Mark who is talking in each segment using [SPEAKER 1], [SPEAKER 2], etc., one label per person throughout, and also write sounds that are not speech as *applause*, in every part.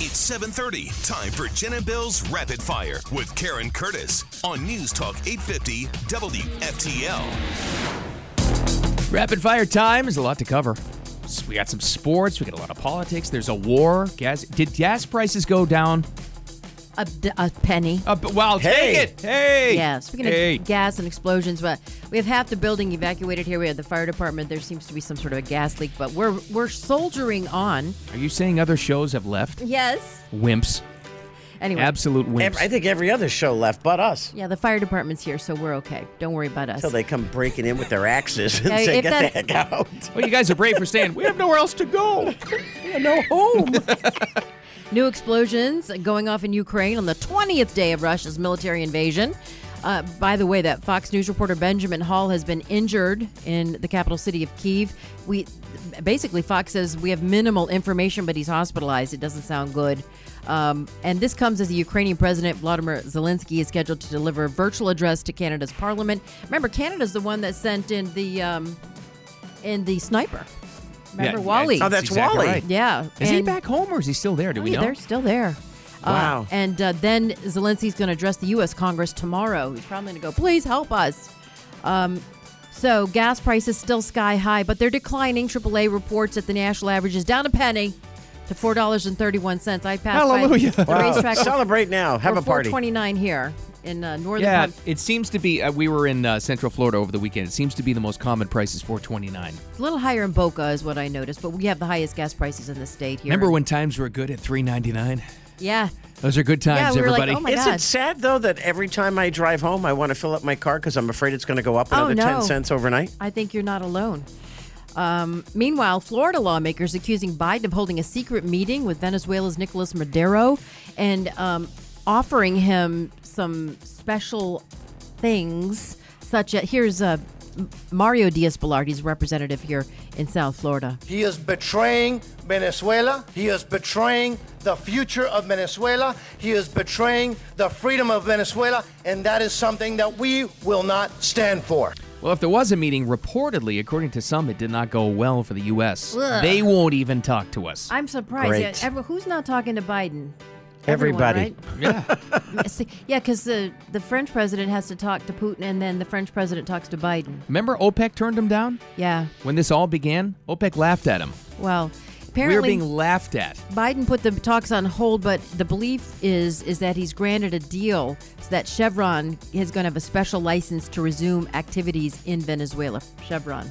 [SPEAKER 1] It's 7:30. Time for Jen and Bill's Rapid Fire with Karen Curtis on News Talk 850 WFTL.
[SPEAKER 2] Rapid fire time is a lot to cover. S- We got some sports. We got a lot of politics. There's a war. Gas. Did gas prices go down?
[SPEAKER 3] A, a penny.
[SPEAKER 2] Uh, but, well, hey. take it. Hey.
[SPEAKER 3] Yeah, speaking
[SPEAKER 2] hey.
[SPEAKER 3] of gas and explosions, but we have half the building evacuated here. We had the fire department. There seems to be some sort of a gas leak, but we're we're soldiering on.
[SPEAKER 2] Are you saying other shows have left?
[SPEAKER 3] Yes.
[SPEAKER 2] Wimps.
[SPEAKER 3] Anyway.
[SPEAKER 2] Absolute wimps.
[SPEAKER 4] Every, I think every other show left but us.
[SPEAKER 3] Yeah, the fire department's here, so we're okay. Don't worry about us.
[SPEAKER 4] Until they come breaking in with their axes and
[SPEAKER 3] Hey,
[SPEAKER 4] say,
[SPEAKER 3] if
[SPEAKER 4] get
[SPEAKER 3] that-
[SPEAKER 4] the heck out.
[SPEAKER 2] well, you guys are brave for staying. We have nowhere else to go.
[SPEAKER 4] no
[SPEAKER 2] *laughs*
[SPEAKER 4] home.
[SPEAKER 3] New explosions going off in Ukraine on the 20th day of Russia's military invasion. Uh, by the way, that Fox News reporter Benjamin Hall has been injured in the capital city of Kiev. We basically Fox says we have minimal information, but he's hospitalized. It doesn't sound good. Um, and this comes as the Ukrainian president Vladimir Zelensky is scheduled to deliver a virtual address to Canada's parliament. Remember, Canada's the one that sent in the um, in the sniper. Remember
[SPEAKER 2] Yeah,
[SPEAKER 3] Wally?
[SPEAKER 4] Oh, that's Wally.
[SPEAKER 3] yeah.
[SPEAKER 2] Is he
[SPEAKER 3] And-
[SPEAKER 2] back home or is he still there? Do we
[SPEAKER 3] Oh, yeah,
[SPEAKER 2] know?
[SPEAKER 3] They're still there. Uh,
[SPEAKER 4] Wow.
[SPEAKER 3] and uh, then Zelensky's going to address the U.S. Congress tomorrow. He's probably going to go, please help us. Um, so gas prices still sky high, but they're declining. AAA reports that the national average is down a penny to four dollars and thirty-one cents. I passed
[SPEAKER 2] Hallelujah.
[SPEAKER 3] by the
[SPEAKER 4] Wow.
[SPEAKER 3] racetrack.
[SPEAKER 4] Celebrate now. Have
[SPEAKER 3] We're
[SPEAKER 4] a party.
[SPEAKER 3] 429 here in uh, northern.
[SPEAKER 2] Yeah,
[SPEAKER 3] Palm-
[SPEAKER 2] it seems to be. Uh, we were in uh, Central Florida over the weekend. It seems to be the most common price is 429.
[SPEAKER 3] It's a little higher in Boca is what I noticed, but we have the highest gas prices in the state here.
[SPEAKER 2] Remember when times were good at 399?
[SPEAKER 3] Yeah.
[SPEAKER 2] Those are good times,
[SPEAKER 3] Yeah, we were like,
[SPEAKER 2] everybody.
[SPEAKER 3] "Oh my
[SPEAKER 4] Is
[SPEAKER 3] God.
[SPEAKER 4] it sad, though, that every time I drive home, I want to fill up my car because I'm afraid it's going to go up another
[SPEAKER 3] Oh, no.
[SPEAKER 4] 10 cents overnight?
[SPEAKER 3] I think you're not alone. Um, meanwhile, Florida lawmakers accusing Biden of holding a secret meeting with Venezuela's Nicolas Maduro and um, offering him some special things, such as here's uh, M- Mario Diaz Balart, he's a representative here in South Florida.
[SPEAKER 5] He is betraying Venezuela. He is betraying the future of Venezuela. He is betraying the freedom of Venezuela. And that is something that we will not stand for.
[SPEAKER 2] Well, if there was a meeting, reportedly, according to some, it did not go well for the U.S.
[SPEAKER 3] Ugh.
[SPEAKER 2] They won't even talk to us.
[SPEAKER 3] I'm surprised.
[SPEAKER 4] Great.
[SPEAKER 3] Yeah, every- who's not talking to Biden?
[SPEAKER 4] Everybody.
[SPEAKER 3] *laughs* right? yeah, because the, the French president has to talk to Putin, and then the French president talks to Biden.
[SPEAKER 2] Remember OPEC turned them down?
[SPEAKER 3] Yeah.
[SPEAKER 2] When this all began, OPEC laughed at them.
[SPEAKER 3] Well,
[SPEAKER 2] We
[SPEAKER 3] apparently.
[SPEAKER 2] were being laughed at.
[SPEAKER 3] Biden put the talks on hold, but the belief is is that he's granted a deal so that Chevron is going to have a special license to resume activities in Venezuela. Chevron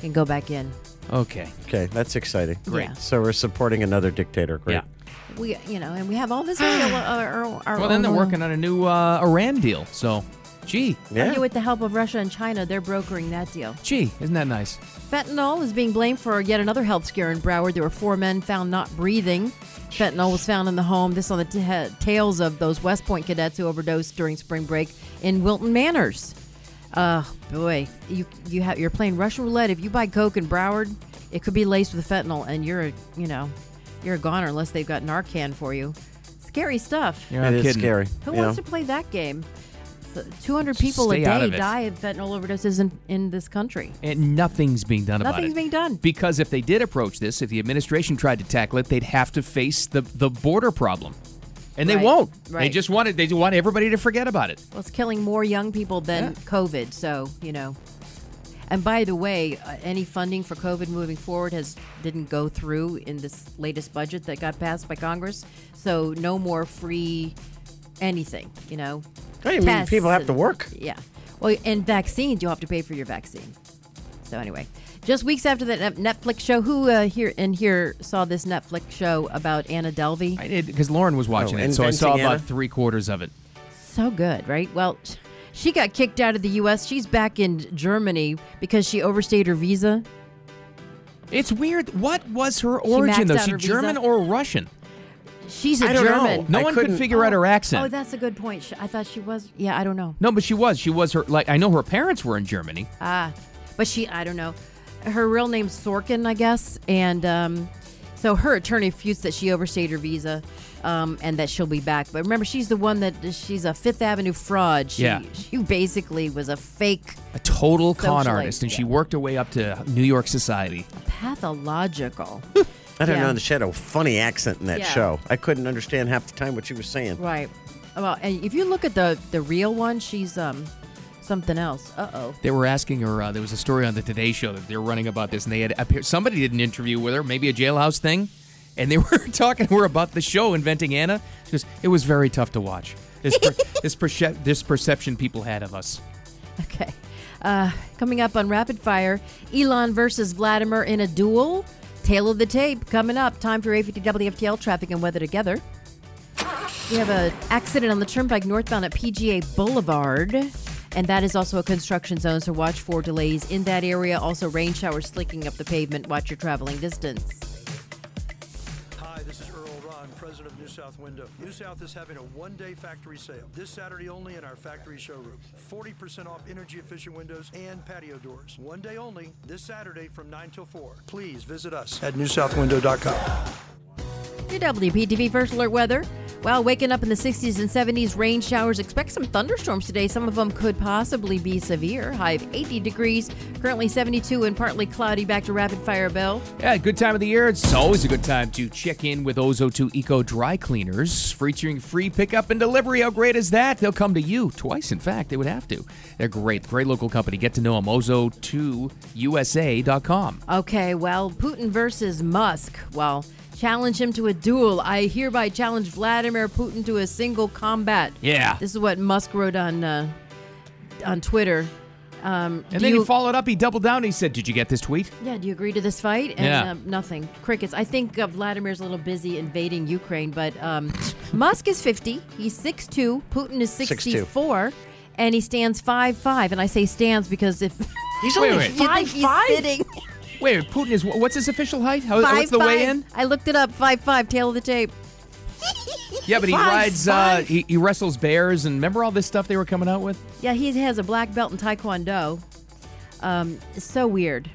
[SPEAKER 3] can go back in.
[SPEAKER 2] Okay.
[SPEAKER 4] Okay, that's exciting.
[SPEAKER 3] Great. Yeah.
[SPEAKER 4] So we're supporting another dictator. Great.
[SPEAKER 2] Yeah.
[SPEAKER 3] We, you know, and we have
[SPEAKER 2] *sighs*
[SPEAKER 3] all this. oil, our, our, our
[SPEAKER 2] Well, then
[SPEAKER 3] own
[SPEAKER 2] they're
[SPEAKER 3] oil.
[SPEAKER 2] working on a new uh, Iran deal. So, gee,
[SPEAKER 3] I
[SPEAKER 4] Yeah.
[SPEAKER 3] knew with the help of Russia and China, they're brokering that deal.
[SPEAKER 2] gee, isn't that nice?
[SPEAKER 3] Fentanyl is being blamed for yet another health scare in Broward. There were four men found not breathing. Fentanyl was found in the home. This on the t- tails of those West Point cadets who overdosed during spring break in Wilton Manors. Oh boy, you you have you're playing Russian roulette. If you buy coke in Broward, it could be laced with fentanyl, and you're a you know you're a goner unless they've got Narcan for you. Scary stuff.
[SPEAKER 2] You're not
[SPEAKER 4] It is
[SPEAKER 2] kidding.
[SPEAKER 4] scary.
[SPEAKER 3] Who
[SPEAKER 4] Yeah.
[SPEAKER 3] wants to play that game? So 200 people a
[SPEAKER 2] Stay out
[SPEAKER 3] day
[SPEAKER 2] of it.
[SPEAKER 3] die of fentanyl overdoses in, in this country.
[SPEAKER 2] And nothing's being done about it.
[SPEAKER 3] Nothing's being done.
[SPEAKER 2] Because if they did approach this, if the administration tried to tackle it, they'd have to face the, the border problem. And they
[SPEAKER 3] Right.
[SPEAKER 2] won't. They
[SPEAKER 3] Right.
[SPEAKER 2] just want it. They just want everybody to forget about it.
[SPEAKER 3] Well, it's killing more young people than
[SPEAKER 2] Yeah.
[SPEAKER 3] COVID, so you know. And by the way, uh, any funding for COVID moving forward has didn't go through in this latest budget that got passed by Congress. So no more free anything, you know.
[SPEAKER 4] I mean,
[SPEAKER 3] Tests
[SPEAKER 4] people have to
[SPEAKER 3] and-
[SPEAKER 4] work.
[SPEAKER 3] Yeah. Well, and vaccines, you'll have to pay for your vaccine. So anyway, just weeks after that Net- Netflix show, who uh, here and here saw this Netflix show about Anna Delvey?
[SPEAKER 2] I did because Lauren was watching
[SPEAKER 4] Oh,
[SPEAKER 2] it, so I
[SPEAKER 4] inventing
[SPEAKER 2] saw
[SPEAKER 4] Anna?
[SPEAKER 2] about three quarters of it.
[SPEAKER 3] So good, right? Well, she got kicked out of the U.S. She's back in Germany because she overstayed her visa.
[SPEAKER 2] It's weird. What was her origin?
[SPEAKER 3] maxed
[SPEAKER 2] Though
[SPEAKER 3] out
[SPEAKER 2] she
[SPEAKER 3] her visa.
[SPEAKER 2] German or Russian?
[SPEAKER 3] She's a
[SPEAKER 4] I don't know.
[SPEAKER 3] German.
[SPEAKER 2] No
[SPEAKER 4] I
[SPEAKER 2] one could
[SPEAKER 4] couldn't-
[SPEAKER 2] figure out her accent.
[SPEAKER 3] Oh, that's a good point. She- I thought she was. Yeah, I don't know.
[SPEAKER 2] no, but she was. She was her. Like I know her parents were in Germany.
[SPEAKER 3] Ah, but she, I don't know. Her real name's Sorkin, I guess. And um, so her attorney refutes that she overstayed her visa um, and that she'll be back. But remember, she's the one that she's a Fifth Avenue fraud. She,
[SPEAKER 2] Yeah.
[SPEAKER 3] She basically was a fake
[SPEAKER 2] A total con
[SPEAKER 3] Socialite,
[SPEAKER 2] artist, and she
[SPEAKER 3] yeah.
[SPEAKER 2] worked her way up to New York society.
[SPEAKER 3] pathological.
[SPEAKER 4] I don't
[SPEAKER 3] Yeah.
[SPEAKER 4] know. She had a funny accent in that
[SPEAKER 3] Yeah.
[SPEAKER 4] show. I couldn't understand half the time what she was saying.
[SPEAKER 3] Right. Well, and if you look at the the real one, she's um something else. Uh oh.
[SPEAKER 2] They were asking her. Uh, there was a story on the Today Show that they were running about this, and they had appear- somebody did an interview with her, maybe a jailhouse thing, and they *laughs* were talking to her about the show, inventing Anna. She goes, "It was very tough to watch. This per- this, perce- this perception people had of us."
[SPEAKER 3] *laughs* Okay. Uh, coming up on Rapid Fire, Elon versus Vladimir in a duel. Tail of the tape coming up. Time for APT WFTL traffic and weather together. We have an accident on the turnpike northbound at PGA Boulevard, and that is also a construction zone, so watch for delays in that area. Also, rain showers slicking up the pavement. Watch your traveling distance.
[SPEAKER 6] Hi, this is Earl Ron, president of New South Window. New South is having a one day factory sale this Saturday only in our factory showroom. 40% off energy efficient windows and patio doors. One day only this Saturday from 9 till 4. Please visit us at newsouthwindow.com.
[SPEAKER 3] Your WPTV First Alert weather. Well, waking up in the 60s and 70s, rain showers. Expect some thunderstorms today. Some of them could possibly be severe. High of 80 degrees, currently 72 and partly cloudy. Back to rapid fire, Bill.
[SPEAKER 2] Yeah, good time of the year. It's always a good time to check in with Ozo2 Eco Dry Cleaners, featuring free pickup and delivery. How great is that? They'll come to you twice, in fact. They would have to. They're great. Great local company. Get to know them. Ozo2USA.com.
[SPEAKER 3] Okay, well, Putin versus Musk. Well, challenge him to a duel. I hereby challenge Vladimir Putin to a single combat.
[SPEAKER 2] Yeah.
[SPEAKER 3] This is what Musk wrote on uh, on Twitter. Um,
[SPEAKER 2] And
[SPEAKER 3] do
[SPEAKER 2] then
[SPEAKER 3] you-
[SPEAKER 2] he followed up. He doubled down. He said, Did you get this tweet?
[SPEAKER 3] Yeah, do you agree to this fight? And
[SPEAKER 2] Yeah.
[SPEAKER 3] um, nothing. Crickets. I think uh, Vladimir's a little busy invading Ukraine, but um, *laughs* Musk is 50. He's 6'2. Putin is 64. And he stands 5'5. And I say stands because if *laughs*
[SPEAKER 4] He's
[SPEAKER 2] Wait,
[SPEAKER 4] only
[SPEAKER 2] wait.
[SPEAKER 3] you think he's sitting
[SPEAKER 2] Wait, Putin is. What's his official height? How,
[SPEAKER 3] five,
[SPEAKER 2] what's the weigh in?
[SPEAKER 3] I looked it up 5'5, tail of the tape.
[SPEAKER 2] Yeah, but he
[SPEAKER 3] Five,
[SPEAKER 2] rides,
[SPEAKER 3] five.
[SPEAKER 2] Uh, he, he wrestles bears. And remember all this stuff they were coming out with?
[SPEAKER 3] Yeah, he has a black belt in Taekwondo. Um, so weird.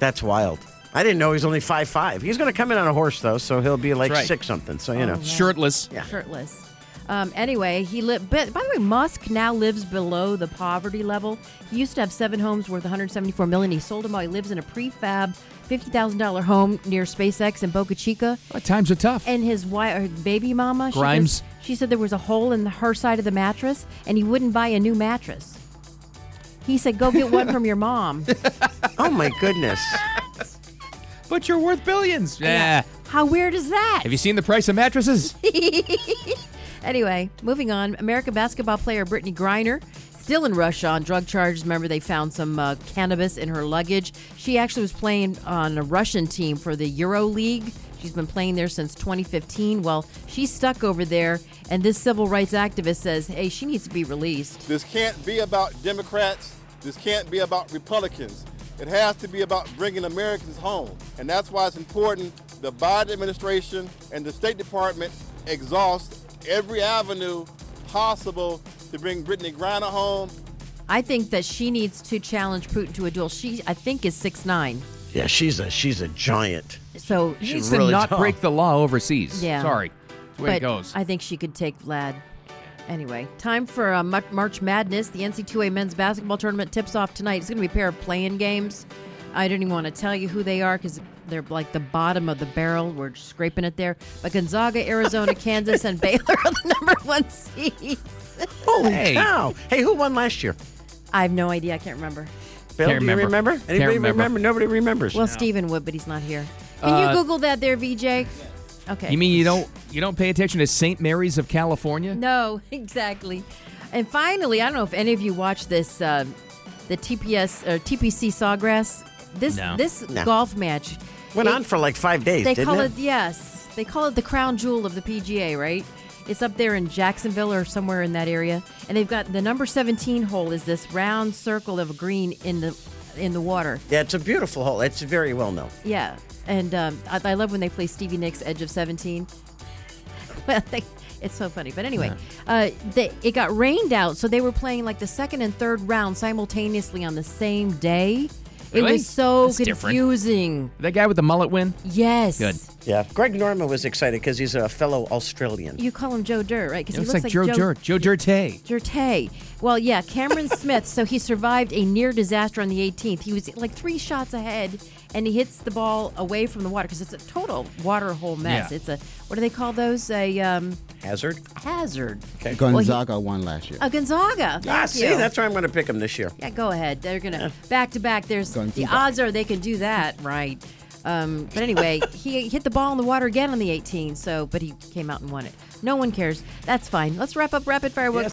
[SPEAKER 4] That's wild. I didn't know he was only five five. He's going to come in on a horse though, so he'll be like
[SPEAKER 2] That's right.
[SPEAKER 4] six something. So you
[SPEAKER 3] Oh,
[SPEAKER 4] know,
[SPEAKER 2] Shirtless.
[SPEAKER 3] shirtless. Um, anyway, he lived. But by the way, Musk now lives below the poverty level. He used to have seven homes worth 174 million. He sold them all. He lives in a prefab fifty thousand dollar home near SpaceX in Boca Chica.
[SPEAKER 2] Oh, times are tough.
[SPEAKER 3] And his wife, or baby mama, she
[SPEAKER 2] Grimes.
[SPEAKER 3] goes- she said there was a hole in her side of the mattress, and he wouldn't buy a new mattress. He said, "Go get one from your mom."
[SPEAKER 4] oh my goodness.
[SPEAKER 2] but you're worth billions. Yeah.
[SPEAKER 3] How weird is that?
[SPEAKER 2] Have you seen the price of
[SPEAKER 3] *laughs*
[SPEAKER 2] mattresses?
[SPEAKER 3] Anyway, moving on. American basketball player Brittany Griner still in Russia on drug charges. Remember, they found some uh, cannabis in her luggage. She actually was playing on a Russian team for the Euro League. She's been playing there since 2015. Well, she's stuck over there, and this civil rights activist says, "Hey, she needs to be released."
[SPEAKER 7] This can't be about Democrats. This can't be about Republicans. It has to be about bringing Americans home. And that's why it's important the Biden administration and the State Department exhaust every avenue possible to bring Brittany Griner home.
[SPEAKER 3] I think that she needs to challenge Putin to a duel. She, I think, is six nine.
[SPEAKER 4] Yeah, she's a she's a giant.
[SPEAKER 3] So,
[SPEAKER 2] She
[SPEAKER 4] She's
[SPEAKER 2] needs to
[SPEAKER 4] really
[SPEAKER 2] not
[SPEAKER 4] tall.
[SPEAKER 2] break the law overseas.
[SPEAKER 3] Yeah.
[SPEAKER 2] Sorry. That's the way
[SPEAKER 3] but
[SPEAKER 2] it goes.
[SPEAKER 3] I think she could take Vlad. Anyway, time for uh, Mar- March Madness. The NC2A men's basketball tournament tips off tonight. It's going to be a pair of playing games. I don't even want to tell you who they are because they're like the bottom of the barrel. We're just scraping it there. But
[SPEAKER 2] *laughs*
[SPEAKER 3] Gonzaga, Arizona, Kansas, and Baylor are the number one seeds.
[SPEAKER 4] Holy
[SPEAKER 2] Hey.
[SPEAKER 4] cow! Hey, who won last year?
[SPEAKER 3] I have no idea. I can't remember.
[SPEAKER 4] Bill,
[SPEAKER 2] Can't
[SPEAKER 4] do you
[SPEAKER 2] remember.
[SPEAKER 4] remember?
[SPEAKER 2] Can't
[SPEAKER 4] Anybody
[SPEAKER 2] remember.
[SPEAKER 4] Nobody remembers.
[SPEAKER 3] Well, Steven would, but he's not here. Can
[SPEAKER 2] Uh,
[SPEAKER 3] you Google that there, VJ? Okay.
[SPEAKER 2] you mean you don't you don't pay attention to St. Mary's of California?
[SPEAKER 3] No, *laughs* exactly. And finally, I don't know if any of you watch this, uh, the TPS or TPC Sawgrass. This
[SPEAKER 2] No.
[SPEAKER 3] this
[SPEAKER 4] No.
[SPEAKER 3] golf match
[SPEAKER 4] Went
[SPEAKER 3] it-
[SPEAKER 4] on for like five days.
[SPEAKER 3] They
[SPEAKER 4] didn't
[SPEAKER 3] call
[SPEAKER 4] it?
[SPEAKER 3] it yes, they call it the crown jewel of the PGA, right? It's up there in Jacksonville or somewhere in that area, and they've got the number seventeen hole is this round circle of green in the in the water.
[SPEAKER 4] Yeah, it's a beautiful hole. It's very well known.
[SPEAKER 3] Yeah, and um, I, I love when they play Stevie Nicks' "Edge of 17. *laughs* Well, they, it's so funny. But anyway, uh, they, it got rained out, so they were playing like the second and third round simultaneously on the same day. It
[SPEAKER 2] Really?
[SPEAKER 3] was so
[SPEAKER 2] That's different.
[SPEAKER 3] confusing.
[SPEAKER 2] That guy with the mullet win?
[SPEAKER 3] Yes.
[SPEAKER 2] Good.
[SPEAKER 4] Yeah, Greg Norman was excited because he's a fellow Australian.
[SPEAKER 3] You call him Joe Dirt, right? Because
[SPEAKER 2] It looks, like, Joe Dirt. Joe Dirtay.
[SPEAKER 3] Dirtay. Well, yeah,
[SPEAKER 4] *laughs*
[SPEAKER 3] Cameron Smith. So he survived a near disaster on the 18th. He was like three shots ahead, and he hits the ball away from the water because it's a total water hole mess.
[SPEAKER 2] Yeah.
[SPEAKER 3] It's a what do they call those? A um,
[SPEAKER 4] Hazard.
[SPEAKER 3] hazard. Okay.
[SPEAKER 8] Gonzaga won last year.
[SPEAKER 3] A Gonzaga. Thank
[SPEAKER 4] Ah,
[SPEAKER 3] you.
[SPEAKER 4] see, that's where I'm going to pick him this year.
[SPEAKER 3] Yeah, go ahead. They're gonna back to back. There's
[SPEAKER 8] Going
[SPEAKER 3] the
[SPEAKER 8] deep.
[SPEAKER 3] odds are they can do that, right? Um, but
[SPEAKER 4] *laughs*
[SPEAKER 3] anyway, he hit the ball in the water again on the 18. So, but he came out and won it. No one cares. That's fine. Let's wrap up rapid fire. We'll